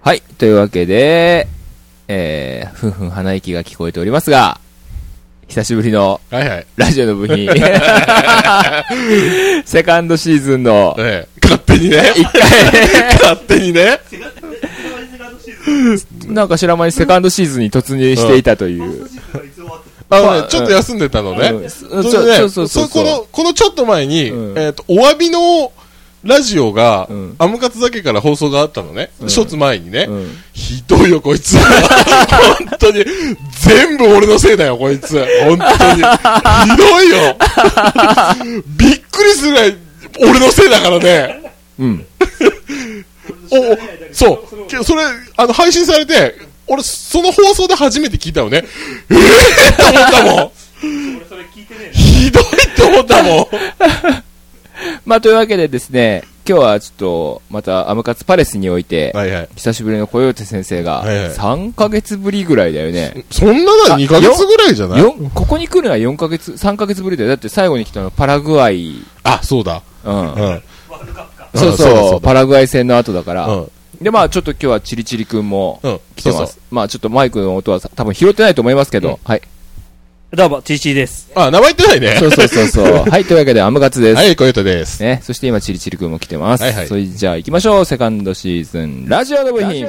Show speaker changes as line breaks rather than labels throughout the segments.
はい、というわけで、えー、ふんふん鼻息が聞こえておりますが、久しぶりの
はいはい。
ラジオの部品、セカンドシーズンの
ええ。 勝手にね。
一回、
勝手にね。
なんか知らないセカンドシーズンに突入していたという。
あの
まあ
ね、ちょっと休んでたの
うん
ね。
そ
それ
ちょ
でね
そうそうそう
そこの、このちょっと前に、
うん
えっと、お詫びのラジオが
うん、
アムカツだけから放送があったのね。一つ前にね。
うん
ひどいよ、こいつ。本当に。全部俺のせいだよ、こいつ。本当に。ひどいよ。びっくりするぐらい、俺のせいだからね。
うん。
おおそうけどそれあの配信されて俺その放送で初めて聞いたのねええって思ったもんひどいって思ったもん
まあ、というわけでですね、今日はちょっと、またアムカツパレスにおいて、
はいはい
久しぶりのコヨーテ先生が、
はいはい
3ヶ月ぶりぐらいだよね。
そんな
あ
の2ヶ月ぐらいじゃない
よんここに来るのは4ヶ月、3ヶ月ぶりだよ。だって最後に来たのパラグアイ、
あそうだ
うん
う。ん
そう
そうだそ
そうう、
だ
パラグアイ戦の後だから。
うん
で、まあちょっと今日はチリチリくんも
うん
来てます。まあちょっとマイクの音はさ多分拾ってないと思いますけど。はい。
どうも、TC です。
あ名前言ってないね
そうそうそうそう。 はい、というわけでアムガツです。
はい小ヨタです
ね、そして今、チリチリくんも来てます。
はいはい
それじゃあ行きましょう。セカンドシーズン、ラジオの部品。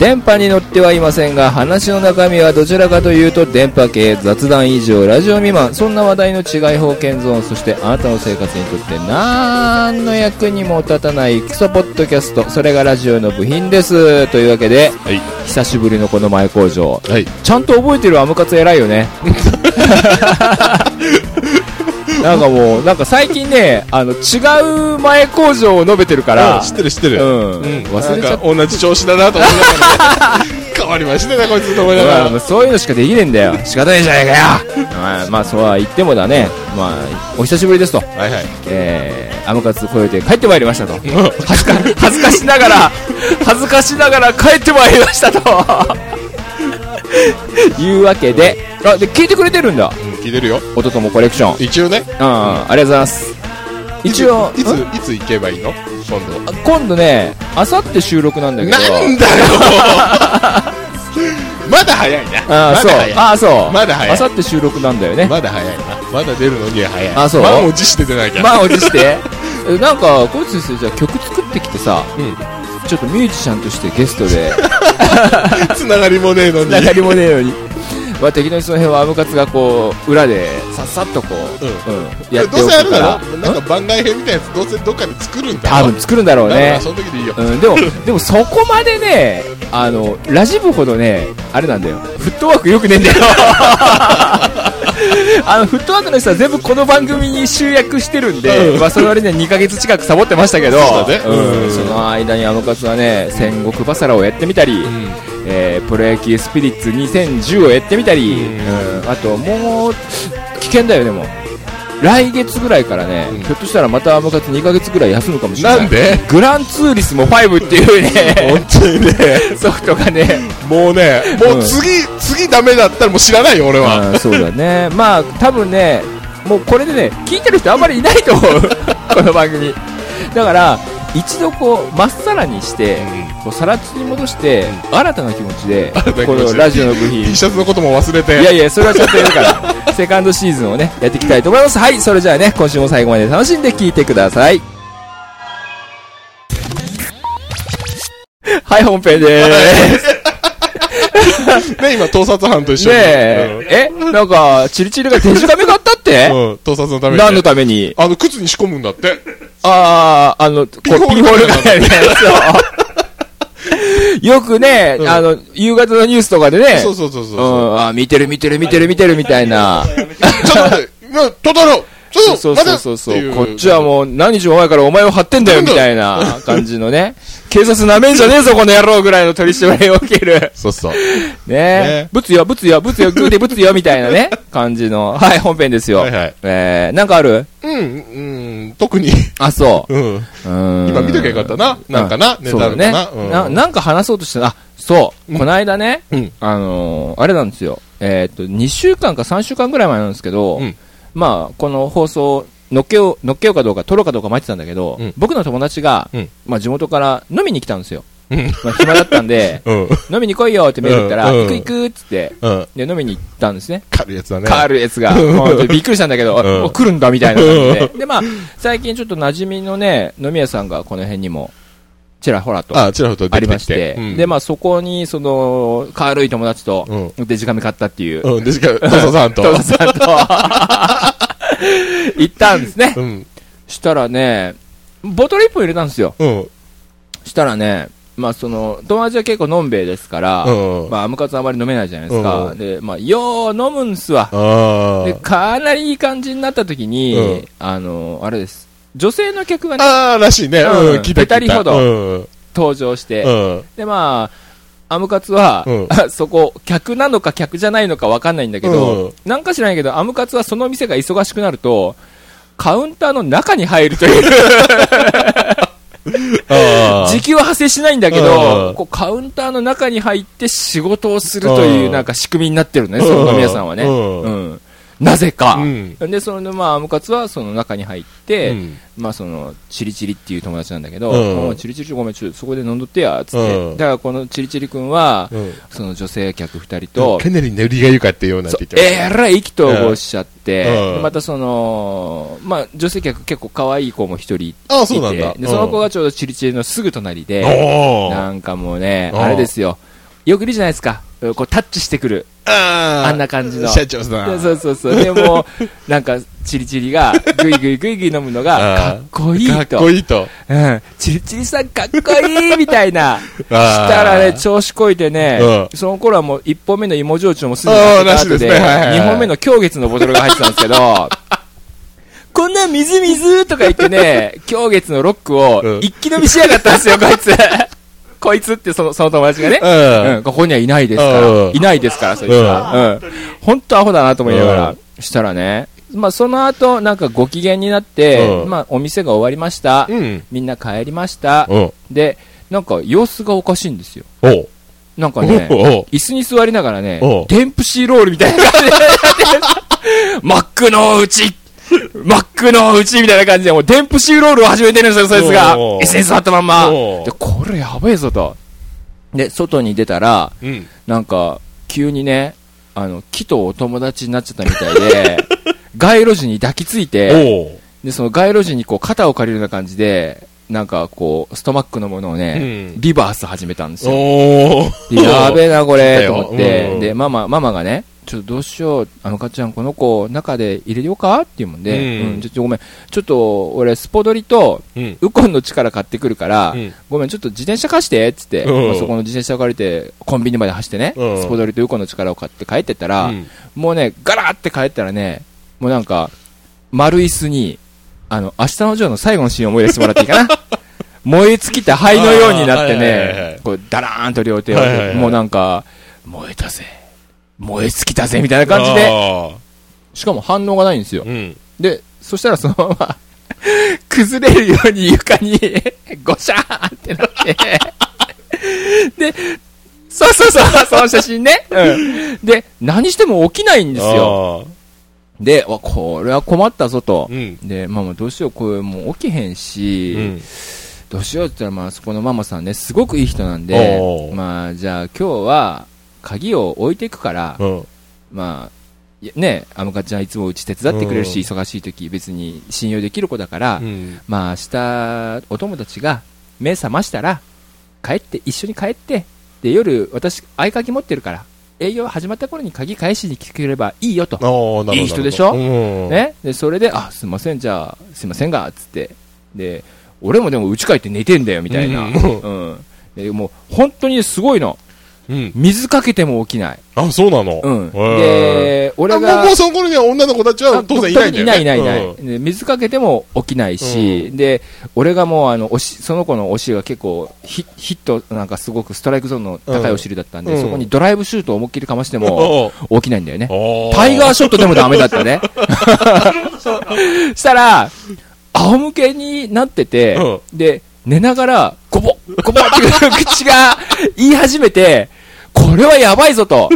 電波に乗ってはいませんが話の中身はどちらかというと電波系雑談以上ラジオ未満そんな話題の違い方見ゾーンそしてあなたの生活にとって何の役にも立たないクソポッドキャストそれがラジオの部品ですというわけで
はい
久しぶりのこの前工場
はい
ちゃんと覚えてるアムカツ偉いよね なんかもうなんか最近ねあの違う前工場を述べてるか
あ
ら
知ってる知ってる
うん忘れちゃ
な
っ
んか同じ調子だなと思いなが らね変わりましたねこいつと思いなが
ま
ら
あまあそういうのしかできねえんだ よ仕方ねえじゃねえかよ、まあ、まあそうは言ってもだねまあお久しぶりですと
はいはい
えー、アムカツ超えて帰ってまいりま したと恥ずか恥ずかしながら恥ずかしながら帰ってまいりました というわけであで聞いてくれてるんだ
うん聞いてるよ
おとともコレクション
一応ね
うん、ありがとうございます
いつ
一応
いつ
ん
いつ行けばいいの今度
あ今度ねあさって収録なんだけど
なんだよ まだ早いな。
あ
まだ
ーそう
早い。
あーそう
まだ早い
あさって収録なんだよね
まだ早いな。まだ出るのには早い。
あそう
満を持して出なきゃ。
満を持してえなんかこいつ先生じゃあ曲作ってきてさ
う
ちょっとミュージシャンとしてゲスト で
ん。つながりもねえのに。
流りもねえように まあ適当にその辺はアムカツがこう裏でさっさっとこう、う
う
んやって
ど
お
うせあ
く
る
か
だ
ら
ろなんか番外編みたいなやつ、どうせどっかで作るんだ
多
ろ
分作るんだろう
だから
ね
その時でいいよ。
うん、でも でもそこまでねあのラジ部ほどねあれなんだよフットワークよくねえ んだよあのフットワークの人は全部この番組に集約してるんで、まあ、その割には2ヶ月近くサボってましたけど
そうだね
ん
うん
その間にあの活はね戦国バサラをやってみたり、えープロ野球スピリッツ2010をやってみたり、
ん
うんあともう危険だよでも来月ぐらいからね、
うん
ひょっとしたらまたアムカツ2ヶ月ぐらい休むかもしれない
なんで
グランツーリスモ5っていうね、
本当にね、
ソフトがね、
もうね、もう次、次ダメだったらもう知らないよ、俺は。
あーそうだね、まあ、多分ね、もうこれでね、聞いてる人あんまりいないと思 う、この番組。だから、一度こう、まっさらにして、こうさら地に戻して、新たな気持ちで、
たな気持ちで
このラジオの部
T
品、
シャツのことも忘れ
い
て。
やいや、それはちょっとやるから、セカンドシーズンをね、やっていきたいと思います。はい、それじゃあね、今週も最後まで楽しんで聞いてください。はい、本編 でーす。
ね、今、盗撮犯と一緒
ね
に。
え、え、なんか、チリチリが手近め買ったっ
う
て
んうん。盗撮のためにね。
何のために
あの、靴に仕込むんだって。
ああ、あの、こう、ピンホ
ホール
ールがね、 そう。よくね、
うん
あの、夕方のニュースとかでね、
そうそうそうそう
う。ん、あー見てる見てる見てる見てるみたいな。
ちょっと待って、な、トトロ、そう
そう
まだ
そうそうそう
って
こ
い
っちはもう何日も前からお前を張ってんだよみたいな感じのね警察なめんじゃねえぞこの野郎ぐらいの取り締まりを受け る
そうそう。
ね
ね
ぶつよぶつよぶつよグーでぶつよみたいな ね感じのはい本編ですよ、
はいはい。
えー、なんかある
うん、うん、特に。
あそ
うん。
ううん
今見ときゃよかったな。なんかな、ネタ
そう
あ
だ
る
ね
かな。うん
ななんか話そうとしてたあそう、
うん
この間ね、
うん
あのーあれなんですよえーっと2週間か3週間ぐらい前なんですけど、
うん
まあこの放送のっけようのっけようかどうか撮ろうかどうか待ってたんだけど、
うん
僕の友達が、
うん
まあ、地元から飲みに来たんですよ、
うん
まあ、暇だったん で
うん。
飲みに来いよってメール打ったら、
うん
行く行くっつって
うん。
で飲みに行ったんですね
軽いやつだね。
カールやつが、もうびっくりしたんだけど、
うん
お来るんだみたいな感じで。で、まあ、最近ちょっと馴染みのね、飲み屋さんがこの辺にも、ちらほらとあ
あ、ちらほらと出
り
て
ま
き。
して
う
て、
ん
で、まあそこに、その、軽い友達と、
うん。
デジカメ買ったっていう、
うん。で、しか、トサさ んと。
トラさんと、 行ったんですね。
うん。
したらね、ボトル一本入れたんですよ。
うん。
したらね、まあその、友達は結構飲んべえですから、
うん。
まあアムカツあまり飲めないじゃないですか。
うん
で、まあ、よう飲むんすわ。
あ
で
ー
かなりいい感じになった時に、
うん
あのあれです女性の客が、ね、
あー、らしいね。
うん
うん。聞いた聞いた。
ペタリほど
うん。
登場して、
うん。
でまあアムカツは、
うん
そこ客なのか客じゃないのか分かんないんだけど、
うん
なんか知らないけどアムカツはその店が忙しくなるとカウンターの中に入るという
あー
時給は発生しないんだけど、
うん
こうカウンターの中に入って仕事をするといううんなんか仕組みになってるのね、その飲み屋さんはね、
うん
うんなぜか、
うん。
でそのまあアムカツはその中に入って、
うん
まあその、チリチリっていう友達なんだけど、
うん
おうチリチリごめん、ちょっとそこで飲んどってや、つって。
うん
だからこのチリチリくんは、
うん。
その女性客二人と
か、なり塗りがゆかってようなん
そ
て
う
言ってました
えらい意気投合しちゃって、
うん
でまたその、まあ女性客結構可愛い子も一人いて、
ああ、そうなんだ。
で、その子がちょうどチリチリのすぐ隣
うん、
で、
おー
なんかもうね、
うん
あれですよ、よくいるじゃないですか、こうタッチしてくる、
あー
あんな感じの。
社長さ
で
ん。
そうそうそう。でも、なんか、チリチリが、ぐいぐいぐいぐい飲むのが、かっこいいと。
かっこいいと。
うん、チリチリさんかっこいいみたいな。し
あー
たらね、調子こいてね、
う
その頃はもう一本目の芋焼酎もすで
あー
に
なしですねはいはいはい
二本目の狂月のボトルが入ってたんですけ ど、こんな水水とか言ってね、狂月のロック
う
を
ん
一気飲みしやがったんですよ、こいつ。こいつってその、その友達がね。
うん
うん、ここにはいないですから
う。ん
いないですから、そいつは。うん。本当アホだなと思いながら。したらね、まあその後、なんかご機嫌になって、
うん
まあお店が終わりました。
うん。
みんな帰りました。
うん。
で、なんか様子がおかしいんですよ。
おう
なんか
おう
ね、
おう
椅子に座りながらね
おう、
デンプシーロールみたいな感じ で、マックのうちマックのうちみたいな感じで、もうデンプシーロールを始めてるんですよ、そいつが。
おうおう
椅子に座ったまんま。
おう
で、これやべえぞと。で、外に出たら、
うん。
なんか、急にね、あの、木とお友達になっちゃったみたいで、 街路樹に抱きついて、
おう
で、その街路樹にこう肩を借りるような感じで、なんかこう、ストマックのものをね、
うん
リバース始めたんですよ。
おう
で やべえな、これ、と思っ
う
て。
ん
で、ママ、ママがね、ちょっとどうしよう、あのかっちゃん、この子、中で入れようかって言うもんで、う
うん
ん、ちょっとごめん、ちょっと俺、スポドリと、
うん。
ウコンの力買ってくるから、
うん
ごめん、ちょっと自転車貸して、つって、
うん
まあそこの自転車借りて、コンビニまで走ってね、
うん
スポドリとウコンの力を買って帰ってったら、
うん
もうね、ガラーって帰ったらね、もうなんか、丸椅子に、あの、明日のジョーの最後のシーンを思い出してもらっていい かな。燃え尽きた灰のようになって
あーはいはいはいは
ね
い、
こう、ダラーンと両手を上げて、
はいはいはい
もうなんか、燃えたぜ。燃え尽きたぜ、みたいな感じで、
あ
しかも反応がないんですよ
ー。うん。
で、そしたらそのまま、 崩れるように床に、 ゴシャーンってなって、で、 そうそう そう、その写真ね。うん。で、何しても起きないんですよ。
よ。
で、わこれは困ったぞと
う。ん。
で、ママどうしよう、これもう起きへんし、
うん。
どうしようって言ったら、まあそこのママさんね、すごくいい人なんで
お、ー
まあじゃあ今日は、鍵を置いていくから、
うん。
まあ、いやね、あのかちゃんいつもうち手伝ってくれるし、
うん
忙しい時別に信用できる子だから、
うん。
まあ明日、お友達が目覚ましたら、帰って、一緒に帰って、で、夜、私、合鍵持ってるから、営業始まった頃に鍵返しに来てくれればいいよと。
あーなるほど。
いい人でしょ
うん。
ね。で、それで、あ、すいません、じゃあ、すいませんが、つって。で、俺もでも家帰って寝てんだよ、みたいな。う
う
んん。でもう、本当にすごいの。
うん。
水かけても起きない。
あ、そうなの。
うん。
へ
で、
ーあ
俺
もう
が
もう、その頃には女の子たちは当然いないんだよね。
いないいない
うん
で水かけても起きないし、で、俺がもうあの、おし、その子のお尻が結構ヒ、ヒットなんかすごくストライクゾーンの高いお尻だったんで、
うん
そこにドライブシュートを思いっきりかましても、
お
起きないんだよね。
お
タイガー
ー
ショットでもダメだった ね。 したら、仰向けになってて、
う
で、寝ながら、ゴボッ、ゴボッって 口が言い始めて、これはやばいぞと。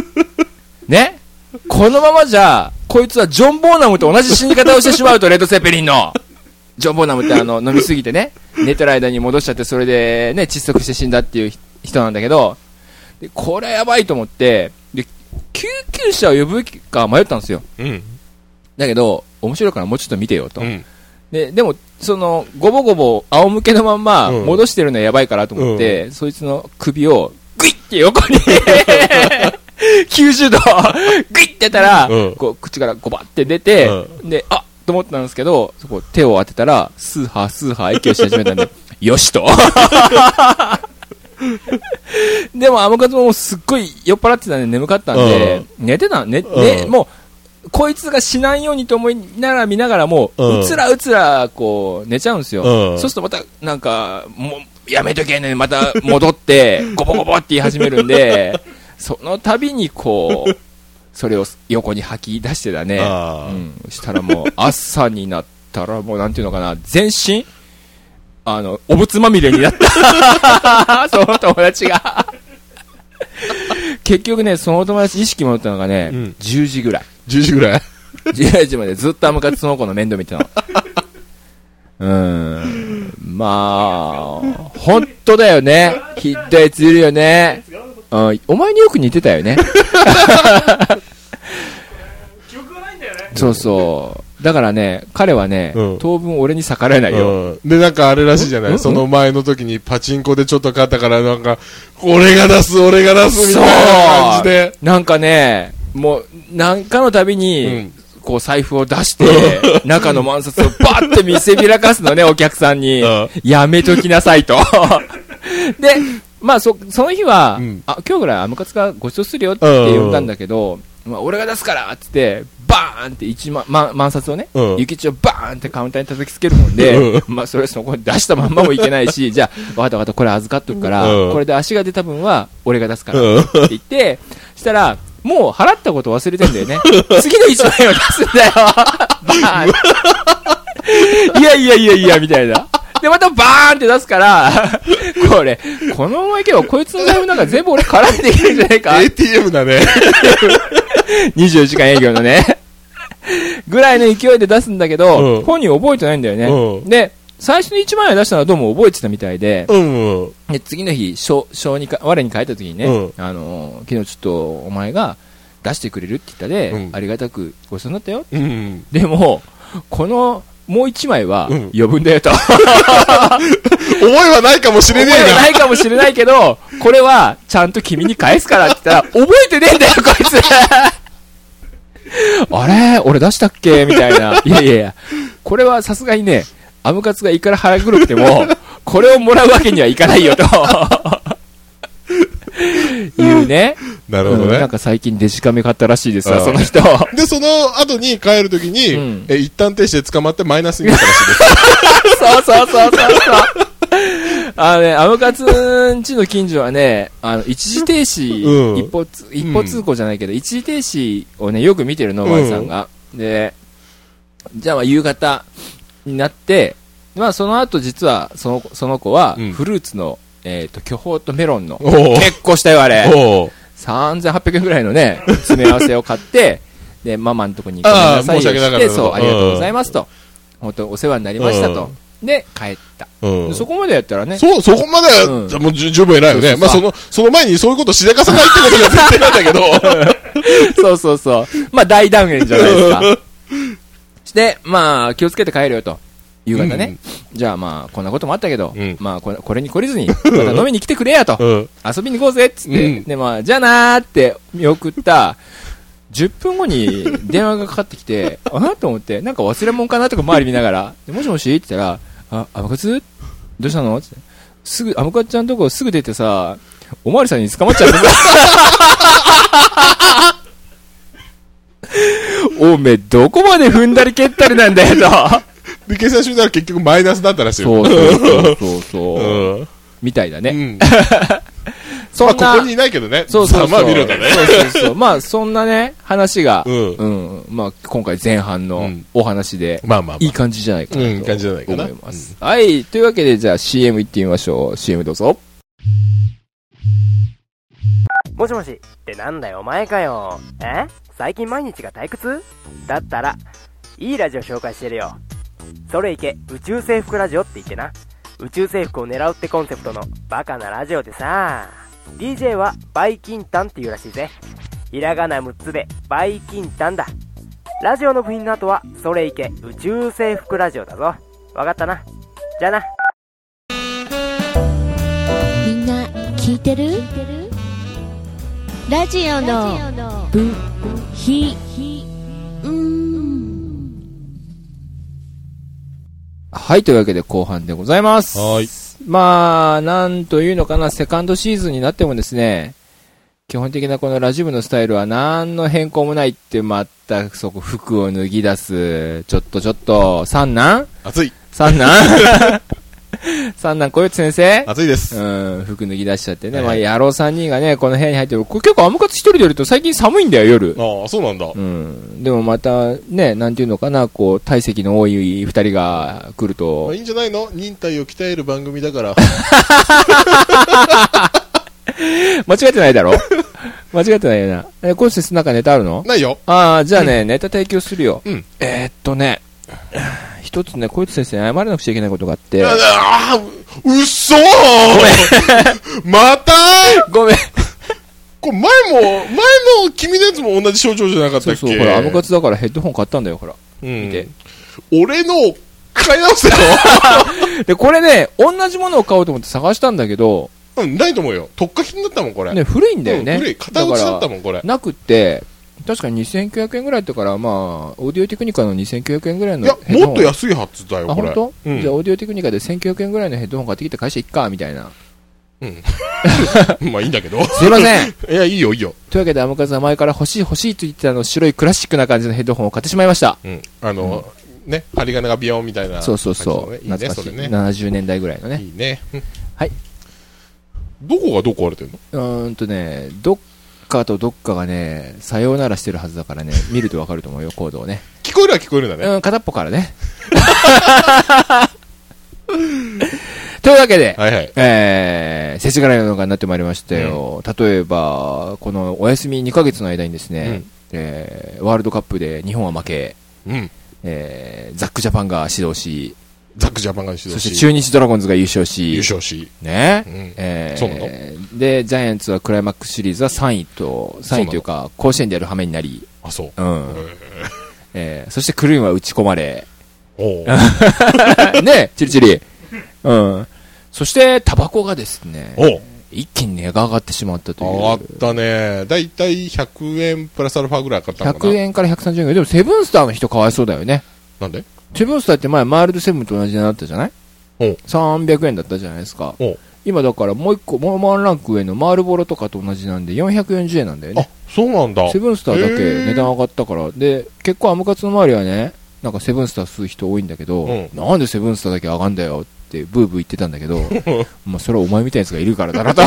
ねこのままじゃ、こいつはジョン・ボーナムと同じ死に方をしてしまうと、レッド・セッペリンの。ジョン・ボーナムってあの、飲みすぎてね、寝てる間に戻しちゃって、それでね、窒息して死んだっていう人なんだけど、で、これはやばいと思って、で、救急車を呼ぶか迷ったんですよ。
うん。
だけど、面白いからもうちょっと見てよと。
うん。
で、でも、その、ごぼごぼ、仰向けのまんま、
うん
戻してるのやばいからと思って、そいつの首を、グイって横に、90度、グイってやったら、
うん
こう、口からゴバって出て、で、あと思ったんですけど、そこ、手を当てたら、スーハースーハー息をし始めたんで、 よしと。でも、アムカツももうすっごい酔っ払ってたんで眠かったんで、寝てた、ね、ね、
うん
もう、こいつが死なんようにと思いながら見ながらも、
うん
うつらうつら、こう、寝ちゃうんですよ。
うん
そうするとまた、なんか、もう、やめとけね、また戻って、 ゴボゴボって言い始めるんで、その度にこう、それを横に吐き出してだね。
あー
うん、したらもう、朝になったら、もうなんていうのかな、全身、あの、おぶつまみれにな った。その友達が。結局ね、その友達意識戻ったのがね、
うん
10時ぐらい。
10時ぐらい
10時までずっとアムカツその子の面倒見てたの。うーん。まあ、本当だよね。ひどいやついるよね。うん、お前によく似てたよね。
記憶がないんだよね。
そうそう。だからね、彼はね、
うん
当分俺に逆らえないよ。
うんで、なんかあれらしいじゃな
うん
いその前の時にパチンコでちょっと勝ったから、なんか、俺が出す、俺が出す、みたいな感じで。
なんかね、もう、なんかのたびに、
うん
こう財布を出して、 中の万札をバーって見せびらかすのね、お客さんに
うん。
やめときなさい と。で、まあそ、その日は、
うん
あ、今日ぐらいアムカツがご馳走するよって呼んだんだけど、まあ、俺が出すからっつって、バーンって一万、ま、万札をね、
うん
諭吉をバーンってカウンターに叩きつけるもんで、
う
まあそれそこに出したまんまもいけないし、じゃあ、わかったわかった、これ預かっとくから、
うん
これで足が出た分は俺が出すから、
うん
って言って、したら、もう払ったこと忘れてんだよ ね。次の1万円を出すんだよ。バーン。いやいやいやいや、みたいな。で、またバーンって出すから、これ、このままいけばこいつの財布なんか全部俺絡んでいけるんじゃないか
ATM だね。
24時間営業のね。ぐらいの勢いで出すんだけど、
うん
本人覚えてないんだよね。
うん
で、最初に1万円出したのはどうも覚えてたみたいで、
うんうん。
で次の日、小小にか我に帰った時にね、
うん
あのー昨日ちょっとお前が出してくれるって言ったで、
うん
ありがたくごちそうになったよ。
うん。
でも、このもう1枚は
うん
余分だよと。
覚えはないかもしれね
覚え
え
ないかもしれないけど、これはちゃんと君に返すからって言ったら、覚えてねえんだよ、こい つ。あれ俺出したっけみたいな。いやいやいや、これはさすがにね、アムカツが胃から腹黒くても、これをもらうわけにはいかない よと。いうね。
な。なるほ
う
ど
んな
ね
ん。か最近デジカメ買ったらしいですわ、
うん
その人。
で、その後に帰るときに、
うん
え、一旦停止で捕まってマイナスに なったらしいです。
そうそうそうそうそう。あのね、アムカツんちの近所はね、あの、一時停止、
うん
一歩つ、一歩通行じゃないけど、一時停止をね、よく見てるの、
うん
ワイさんが。で、じゃあまあ夕方になって、まあその後実は、その、その子は
うん、
フルーツの、えっと、巨峰とメロンの、
おお
結構したよ、あれ。
おう
3800円ぐらいのね、詰め合わせを買 って、で、ママのとこに行
あ
っ
あ
て、
申し訳なかった
でそう、ありがとうございますと。本当お世話になりましたと。で、帰った。
うん。
そこまでやったらね、
そう、そこまで
うん
は、じゃあもう十十分偉いよね。
そう
まあ、
そう
その、その前にそういうことしでかさないってことが前提なんだけど。
そうそうそう。まあ、大断言じゃないですか。して、まあ、気をつけて帰るよと。夕方ね。じゃあまあ、こんなこともあったけど、
うん
まあこれ、これに懲りずに、また飲みに来てくれや と。
うん。
遊びに行こうぜっつって、
うん
で、まあ、じゃあなーって見送った、10分後に電話がかかってきて、 あなと思って、なんか忘れ物かなとか周り見ながら、でもしもしって言ったら、あ、アムカツどうしたのって。すぐ、アムカツちゃんとこすぐ出てさ、おまわりさんに捕まっちゃったんだ。 おめえ、どこまで踏んだり蹴ったりなんだよと。
で、計算してみたら結局マイナスだったらしい よ。
そうそうそうそう
う
そう。
ん。うん。
みたいだね。
ま
そ
あ、
ん
こ
な、
こにいないけどね。
そうそうそう。
まあ、見るんだね。
そうそうそう。まあ、そんなね、話が
う、ん。
うん、まあ、今回前半
う
の
ん
お話で、
まあまあまあ。
いい感じじゃないかなと
うんいい感じじゃないかな
思います。はい。というわけで、じゃあ CM 行ってみましょう。CM どうぞ。
もしもしってなんだよお前かよえ最近毎日が退屈だったらいいラジオ紹介してるよそれいけ宇宙制服ラジオって言ってな宇宙制服を狙うってコンセプトのバカなラジオでさ DJ はバイキンタンって言うらしいぜひらがな6つでバイキンタンだラジオの部品の後はそれいけ宇宙制服ラジオだぞわかったなじゃあな
みんな聞いてるラジオの部品
はい。というわけで後半でございます。
はーい。
まあ、なんというのかな、セカンドシーズンになってもですね、基本的なこのラジムのスタイルは何の変更もないって、またそこ服を脱ぎ出す、ちょっとちょっと、三男
暑い。
三男 三男小雪先生
暑いです。
うん、服脱ぎ出しちゃってね。まあ、
え
野郎三人がね、この部屋に入ってる。これ結構アムカツ一人でいると最近寒いんだよ、夜。
ああ、そうなんだ。
うん。でもまた、ね、なんていうのかな、こう、体積の多い二人が来る
ま
と
あ、いいんじゃないの忍耐を鍛える番組だから。
間違ってないだ ろ間違ってないよな。え、コースですなんかネタあるの
ないよ。
ああ、じゃあね、ネタ提供するよ。
うん
えーっとね、一つね、こいつ先生に謝らなくちゃいけないことがあって。
ああ、うっそーまた
ごめん。
これ前も、前の君のやつも同じ症状じゃなかった
そ
っ
う
け
そう、ほら、アムカツだからヘッドホン買ったんだよ、ほら。
うん
見て。
俺のを買い直した
で、これね、同じものを買おうと思って探したんだけど、
のうん、ないと思うよ。特化品だったもん、これ。
ね、古いんだよ
う
ね。
ん古い。片落ちだったもん、これ。
なくって、確かに2900円ぐらいだったから、まあ、オーディオテクニカの2900円ぐらい
い
の
や、
ヘッドホ
も
ン
っと安いはずだよ、
あ、
これ。
本当、
うん
じゃあ、オーディオテクニカで1900円ぐらいのヘッドホン買ってきて会社行っか、みたい な。
まあいいんだけど。
すいません
いや、いいよ、いいよ。
というわけで、アムカズは前から欲しい欲しいと言ってたあの白いクラシックな感じのヘッドホンを買ってしまいました。
うん。あの、ね、針金がビヨンみたいな。
そうそうそう。
感じのねいい
懐
ね、
か
そ
しい、
れね。
70年代ぐらいのね。
いいね。うん
はい。
どこがどう壊れてんの
うーんとね、どっかとどっかがね、さようならしてるはずだからね、見るとわかると思うよ、コードをね。
聞こえるは聞こえるんだね。
うん、片っぽから ね。というわけで、
はいはい。
えー、世知辛い世の中になってまいりましたよ。例えば、このお休み2ヶ月の間にですね、
うん
えーワールドカップで日本は負け、
うん。
えー、ザックジャパンが指導し、
ザックジャパンが指
そ
導
して
し、
中日ドラゴンズが優勝し、
優勝し。
ね、
うん
えー
そうな
で、ジャイアンツはクライマックスシリーズは3位と、
そ
3
うな
位
の
というか、甲子園でやる羽目になり、
あ、そう。
うん。えーそしてクルーンは打ち込まれ、
おう
ねチリチリ。うん。そして、タバコがですね、
おう
一気に値が上がってしまったと
上がっ
いう。
たね。だいたい100円プラスアルファぐらい上がったのかな。
100円から130円ぐらい。でも、セブンスターの人かわいそうだよね。
なんで
セブンスターって前、マイルドセブンと同じ値段だったじゃない
おう
?300 円だったじゃないですか
おう。
今だからもう一個、もうワンランク上のマールボロとかと同じなんで440円なんだよ
あ
ね。、
そうなんだ。
セブンスターだけ
へー
値段上がったから。で、結構アムカツの周りはね、なんかセブンスター吸う人多いんだけど、
うん
なんでセブンスターだけ上がんだよってブーブー言ってたんだ けど、まあそれはお前みたいなやつがいるからだなと。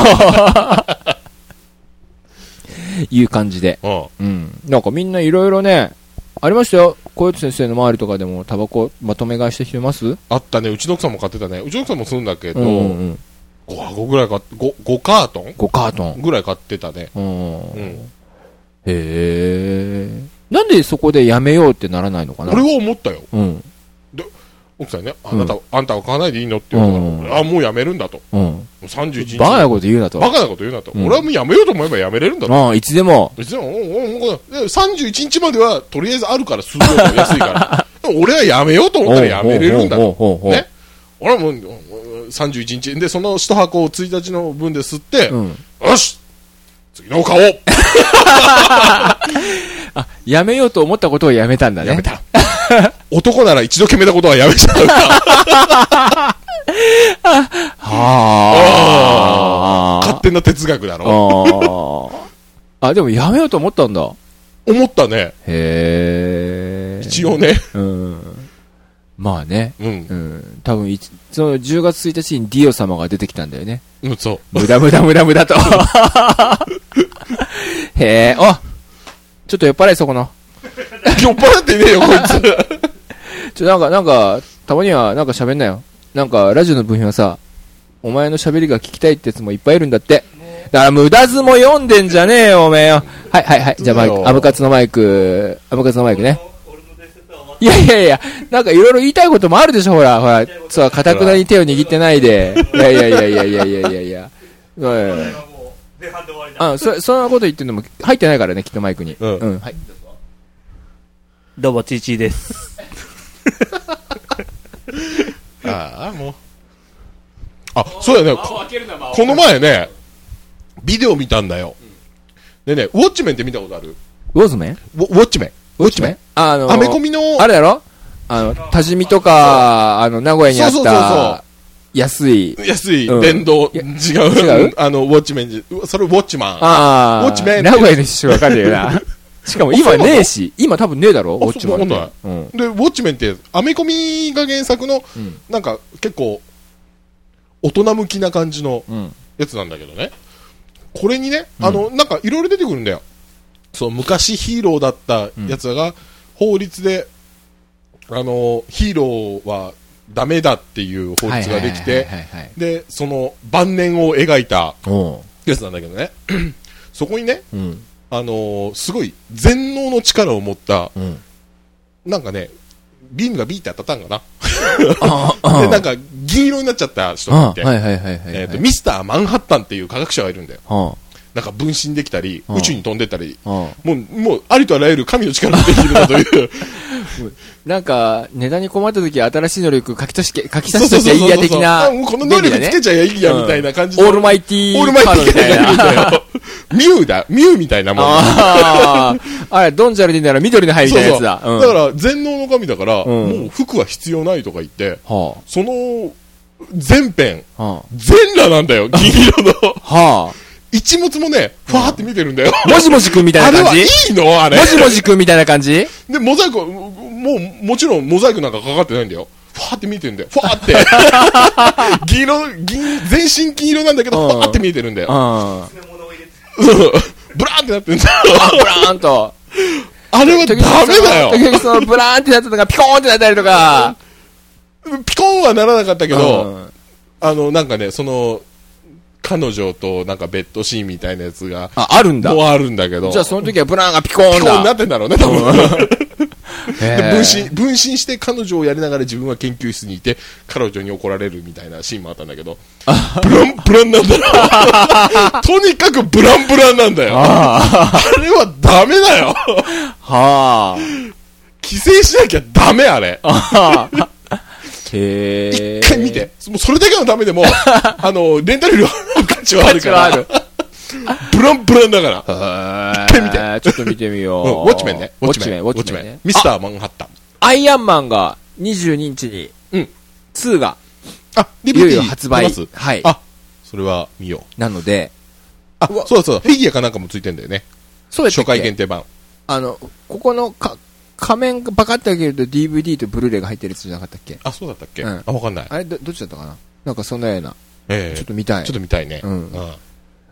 いう感じで。
うん。
うん。なんかみんないろいろね、ありましたよ。小雪先生の周りとかでもタバコまとめ買いしてきてます
あったね。うちの奥さんも買ってたね。うちの奥さんもするんだけど、
うん。
5箱ぐらい買って、5、5カートン
5カートン。
ぐらい買ってたね。
うん。
う
へ
ん。
え。なんでそこでやめようってならないのかな
俺は思ったよ。
うん。
奥さんね、あ
うん
なた、あんたは買わないでいいのって言う
うん
から、あ、もうやめるんだと。
う
も
ん。
う31日。
バカなこと言うなと。
バカなこと言うなと。
うん
俺はもうやめようと思えばやめれるんだと。
うん、いつでも。
別に、うんうんうんで31日までは、とりあえずあるから、数量が安いから。でも俺はやめようと思ったらやめれるんだ
ほう
と。
ほうほうほう
ね俺はもう、うんうん31日。で、その一箱を1日の分で吸って、
うん。
よし次のを買おう
やめようと思ったことをやめたんだね。
やめた。男なら一度決めたことはやめちゃう
はあ。勝
勝手手な哲学だ
あ
ろ
ーあ、でもやめようと思ったんだ。
思ったね。
へえ。
一応。ね。
うん。まあね。
うん
う。ん。多分いつ、その10月1日にディオ様が出てきたんだよね。
うん、そう。
無駄無駄無駄無駄と。へえ、あちょっと酔っ払いそこの。
酔っ払ってねえよ、こいつ。
ちょ、なんか、なんか、たまにはなんか喋んなよ。なんか、ラジオの部品はさ、お前の喋りが聞きたいってやつもいっぱいいるんだって。だから無駄ずも読んでんじゃねえよ、おめえよ。はいはいはい。じゃあマイ
そうだ
ク、
よ
アブカツのマイク、アブカツのマイクね。いやいやいや、なんかいろいろ言いたいこともあるでしょ、ほら、ほら、そう、かたくなに手を握ってないで。いやいやいやいやいやいやいやいや。はい
今もう前半で終わりだ
あそ、そんなこと言ってんのも入ってないからね、きっとマイクに。
うん
うん、はい。
どうも、ちーちーです。
ああ、もう。あ、そうだよね。
あ開けるなまあ
この前ね、ビデオ見たんだよ。でね、ウォッチメンって見たことある
ウォズメン
ウォウォッチメン。ウォッチメン
あのー、
アメコミの、
あれやろあの、多治見とか、あの、名古屋にあ
そう
っ
そうそうそ
た、安い、
安い
うん
電動、違う、
違う
あの、ウォッチメンじ、それウォッチマン。
ああ、
ウォッチメン
名古屋の人わかるよ な。しかも今ねえし、今多分ねえだろウォ
あ
ッチマンっ
そう
て
わか
うん。
で、ウォッチメンって、アメコミが原作の、
うん
なんか、結構、大人向きな感じの
うん。
やつなんだけどね。これにね、あの、なんか、いろいろ出てくるんだよ。そう、昔ヒーローだったやつらが、法律で、あの、ヒーローはダメだっていう法律がで
は、いはいは
きて
いはいはい。
で、その、晩年を描いた
おう
やつなんだけどね。 そこにね、
うん。
あのーすごい全能の力を持った、
うん。
なんかね、ビームがビーって当たったんか
あ
な。
あ
で、なんか、銀色になっちゃった人が
あ
い
あ
て、
はいはいはいはいはい。
えっと、ミスターマンハッタンっていう科学者がいるんだよ。
は
なんか分身できたり、
うん
宇宙に飛んでったり、
あはあ
もう、もう、ありとあらゆる神の力ができるなと いう。
なんか、値段に困った時は新しい能力書き足しけ、書き足しとしけいいや的な
あ。もうこの能力つけちゃえばいいや、みたいな感じ
オ
の
ールマイティ
オールマイテ
カ
ィ
ードみたい
がいるん
な。
だよ。ミュウだ。ミュウみたいなもん。
ああ。あれ、ドンジャルディなら緑の灰みたいなやつだ。
そうそうだから、全能の神だから、
うん
もう服は必要ないとか言って、
ら、は
その、全編、
あ。は
全裸なん だよ、銀色の。
あ。は
一物もね、ファーって見てるんだよ。
あ。もじもじくんみた
あ
い
れ
な
は
感
い
じ
いのあれ。
もじもじくんみたいな感じ
で、モザイクは、もう、もちろんモザイクなんかかかってないんだよ。ファーって見てるんだよ。ファー って。銀色、銀、全身金色なんだけど、
うん
ファーって見えてるんだ
う
よ。
ん。
詰め物を入れて
うん ブラーンってなってるんだよ。
ブラーンと。
あれはダメだよ
時。々そのブラーンってなったのがピコーンってなったりとか。
ピコーンはならなかったけ
け
ど、、あの、なんかね、その、彼女となんかベッドシーンみたいなやつが、
あ、あるんだ
もう。あるんだけど。
じゃあその時はブラーンがピコー
ピ
ン
コーンにな
だ
っ。てんだろうね、多分。
へえ
で分身、分身して彼女をやりながら自分は研究室にいて、彼女に怒られるみたいなシーンもあったんだけど、 ブランブランなんだよ。とにかくブランブランなんだよ。あ
あ
れはダメだよ。
あ。はあ。
規制しなきゃダメ、あれ。
ああ。へえ。
一回見て。。もうそれだけのた めでも、あの、レンタル料の価値はある
価
から
値。
ブランブランだから。うん
一
回見て。
ちょっと 見てみよ
ウ
う。
ォッチメンね。
ウォッチメン、
ウォッチメン
ね。
ミスターマンハッタン。
アイアンマンが22日に、
うん。
2が、
あ、リ
いよいよ発売
出ます。
はい
あ、それは見よう。
なので、
あ、そうだそうだ。フィギュアかなんかもついてんだよね。
そうやったっ
初
け
回限定版。
あの、ここのか、仮面がバカって開けると DVD とブルーレイが入ってるやつじゃなかったっけ
あ、そうだったっけ、
うん
あ、わかんない。
あれ、ど、どっちだったかななんかそんなような。
ええ
ちょっ
ちょ
と見たい。
っと見たいね。
うん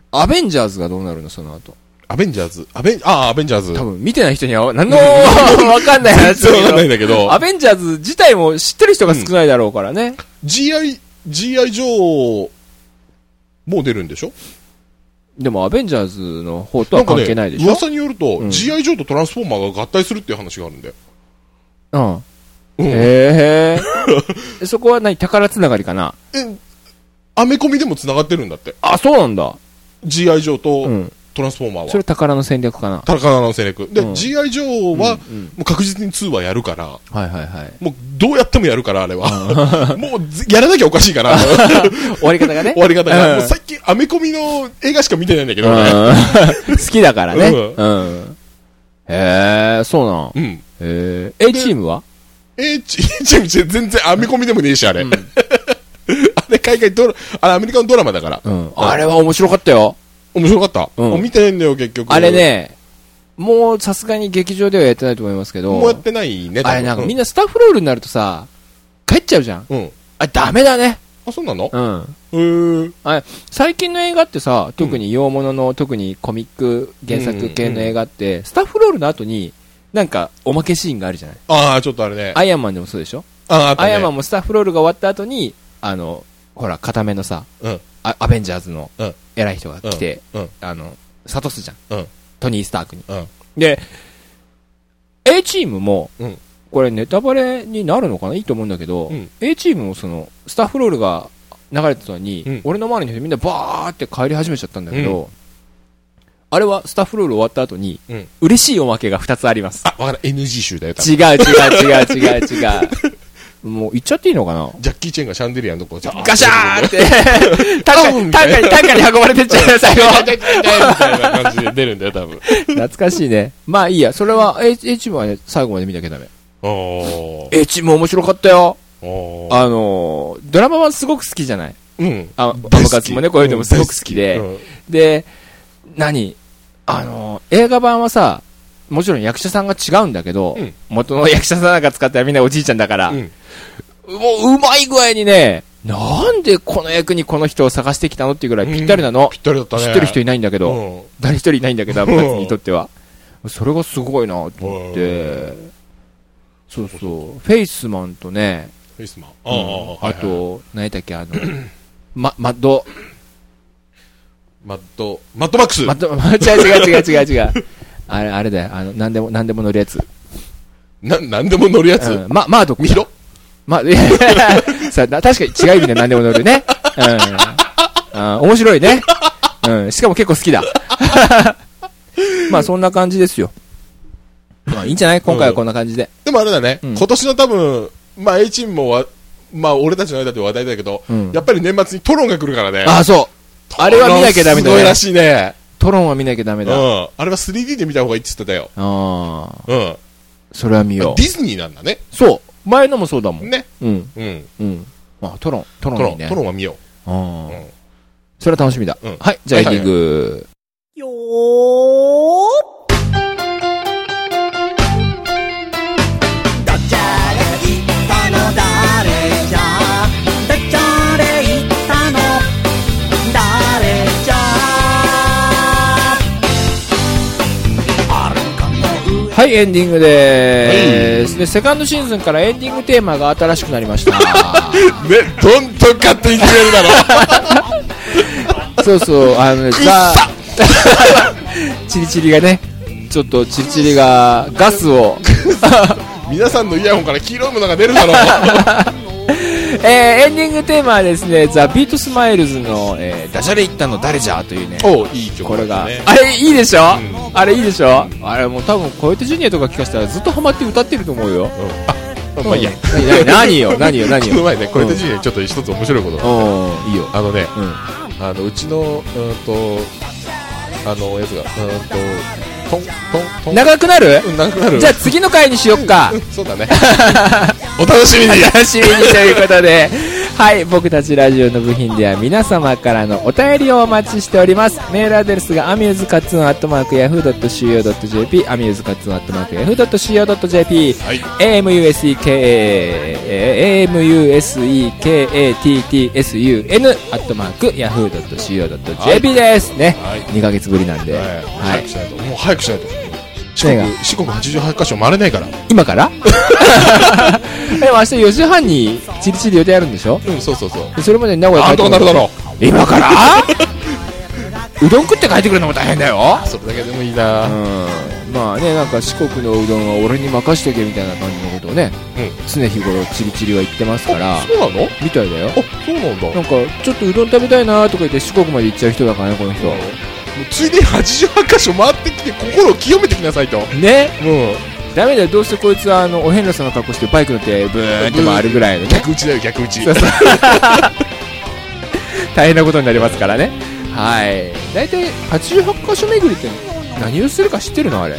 アベンジャーズがどうなるのその後。
アベンジャーズ、アベン、ああ、アベンジャーズ。
多分、見てない人には、なんの、 わかんない話だ
全然わかんない
け
んだけ
ど。
ど
ア、ベンジャーズ自体も知ってる人が少ないだろうからね。
GI、GI ジョー、もう出るんでしょ
でも、アベンジャーズの方とは
なんか
関
ね、
係ないでしょ
噂によると、
ん
GI ジョーとトランスフォーマーが合体するっていう話があるんだよ。
うん。
うん。
へえ。そこは何宝つながりかな
えアメコミでも繋がってるんだって。
あ、そうなんだ。
GI ジョー
う
と
ん。
トランスフォーマーは。
それ宝の戦略かな
タラカナの戦略。で、
うん
GI ジョーは、
うんうん
もう確実に2はやるから、
はいはいはい。
もうどうやってもやるから、あれは。 もうぜやらなきゃおかし いから、
終わり方がね。
終わり方
う
が。
ん
もう最近アメコミの映画しか見てないんだけどね。
う ん好きだからね。
う
うん。へえ、そうなん。
うん。
へえ、A チームは
えー、チチーム全然アメコミでもねえし、あれ。あれ海外ドラ、あれアメリカのドラマだから。
うん。あれは面白かったよ。
面白かった。
うん
もう見てないんだよ、結局。
あれ。ね、もうさすがに劇場ではやってないと思いますけど、
もうやってないね、多分
あれなんか
う
みんなスタッフロールになるとさ、帰っちゃうじゃん。
うん。
あ、ダメだね。
あ、そうなの
うん。
へー。
最近の映画ってさ、特に洋物の、特にコミック原作系の映画って、スタッフロールの後に、なんかおまけシーンがあるじゃない。
ああ、ちょっとあれね。
アイアンマンでもそうでしょ
ああと
ア
ね
イアンマンもスタッフロールが終わった後に、あの、ほら、固めのさ、
うん
あアベンジャーズの
うん
偉い人が来て、
うんうん
あの、諭すじゃん。
うん
トニー・スタークに。
うん
で、A チームも、
うん
これネタバレになるのかないいと思うんだけど、
うん
A チームもその、スタッフロールが流れてたのに、
うん
俺の周りの人みんなバーって帰り始めちゃったんだけど、あれはスタッフロール終わった後に、
うん
嬉しいおまけが2つあります。
あ、わからん。NG 集だよ、多分
違う違う違う違う違う。もう言っちゃっていいのかな
ジャッキー・チェンがシャンデリアのとこ、ガ
ガシャーン って、単価に、単価に、単価に運ばれてっちゃう、最後。
みたいな感じで出るんだよ、多分。
懐かしいね。まあいいや、それは、H、H もね、最後まで見なきゃダメ。
おー。
H も面白かったよ。
おー。
あのー、ドラマ版すごく好きじゃない
うん。
あ、パムカツもね、こういうのもすごく好き
うん
で。で、何あのー、映画版はさ、もちろん役者さんが違うんだけど
うん、
元の役者さんなんか使ったらみんなおじいちゃんだから、
う
も
ん。
ううまい具合にね、なんでこの役にこの人を探してきたのっていうぐらいぴったりなの
ぴ。ったりだったね。
知ってる人いないんだけど、
うん
誰一人いないんだけ ど、アムカツにとっては。それがすごいなと思って、そうそう、フェイスマンとね、
フェイスマン。あ
うんあ、と、何やったっけ、あ の、ま、マッド、
マッド、マッドマックス
マッド、 ま違う違う違う違う違う。あれ、あれだよ、あの、なんでも、なんでも乗るやつ。
な、なんでも乗るやつ
うん、ま、マードック
ミ
だ
ヒロ
ま、いや さあ、な確かに違う意味で何でも乗るね。うん。あー面白いね。うん。しかも結構好きだ。 まあ、そんな感じですよ。まあ、いいんじゃない今回はこんな感じで。
でもあれだね、
うん
今年の多分、まあ A チームもわ、まあ俺たちの間で話題だけど、
うん
やっぱり年末にトロンが来るからね。
ああ、そう。あれは見なきゃダメ
すご
だ
い
ね
ら。しいね。
トロンは見なきゃダメ
うん。
だ。あ
あれは 3D で見た方がいいって言ってたよ。
あー、
うん。
それは見
デ
よ
ィズニーなんだね。
う。そう。前のもそうだもん。
ね。
うん。
うん。
うん。まあ、トロン、トロ
ト
ンい
ロ
い
ン、
ね。
トロンは見よ
あ
う。う
ー
ん。
それは楽しみだ。
うん
はい。じゃあ、エン
はい
デ
は
ィ
い
ン
はい
グ。
よーダジャレ言ったの誰じゃダジャレ言ったの誰じゃ
はい、エンディングでーす。で、セカンドシーズンからエンディングテーマが新しくなりました。
ね、どんどん勝手に決めるだ ろ。
そうそう、あのね、ザ、 チリチリがね、ちょっとチリチリがガスを、
皆さんのイヤホンから黄色いものが出るだ ろう。
えーエンディングテーマはですね、ザ・ビートスマイルズの、えーダジャレ言ったの誰じゃというね、
おういい曲
これ
だ
が、
ね
あれいいでしょ、
う
あれいいでしょ、あれもう多分小手ジュニアとか聞かせたらずっとハマって歌ってると思うよ。
うんまあいいや。
うん何何よ、何よ、何
この
よ。
前ね、これでジュニアにちょっと一つ面白いことが。
うん、いいよ。
あのね、
うん。
あのうちの、うんと、あの、やつが、うんと、トン、トン、トン。
長くなる
うん長くなる。
じゃあ次の回にしよっか
う。ん そうだね。お楽しみに。
楽しみにということで、はい、僕たちラジオの部品では皆様からのお便りをお待ちしております。メールアドレスがアミューズカツンアットマークヤフー .co.jp、アミューズカツンアットマークヤフー .co.jp、
はい。
amusekaamusekatsun アットマークヤフー .co.jp ですね。
はい
2ヶ月ぶりなんで。
はい
は
早
い
くしないと。もう早くしないと。四
何
国、四国88箇所回れないから。
今から でも明日4時半にチリチリ予定あるんでしょ
うん、そうそうそう。
それまでに名古屋
あ
帰
ん
って
とかなるだろう。
今からうどん食って帰ってくるのも大変だよ
それだけでもいいうなん
まあねなんか四国のうどんは俺に任しとけみたいな感じのことをね、
う
常日頃チリチリは言ってますから
あそうなのあ、
みたいだよ
そうなんだ。
なんかちょっとうどん食べたいなとか言って四国まで行っちゃう人だからねこの人
もうついでに88箇所回ってきて心を清めてきなさいと。
ね
うん。
ダメだよどうせこいつはあのお遍路さんの格好してバイク乗ってブーンって回るぐらいのね
逆打ちだよ、逆打ち。
そうそう大変なことになりますからねはい大体88箇所巡りって何をするか知ってるの あれ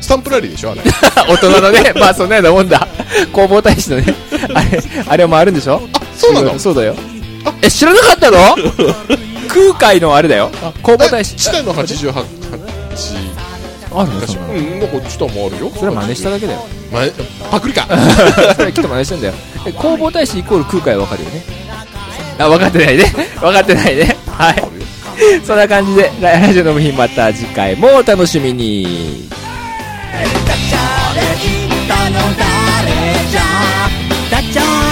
スタンプラリーでし ょ、あれ。
大人のねまあそんなようなもんだ弘法大使のねあれあれもあるんでしょ
あ、そうなの
そうだよえ知らなかった の空海のあれだよ弘法大師
チタの88八
あるの
昔
そんなの
うんなんかチタもあるよ
それは真似しただけ だよ
まパクリか
それはきっと真似してんだよえ弘法大師イコール空海は分かるよねあ分かってないね 分かってないねはいそんな感じでララジオの部品また次回もお楽しみに
ダジャレ言ったの誰じゃダジャ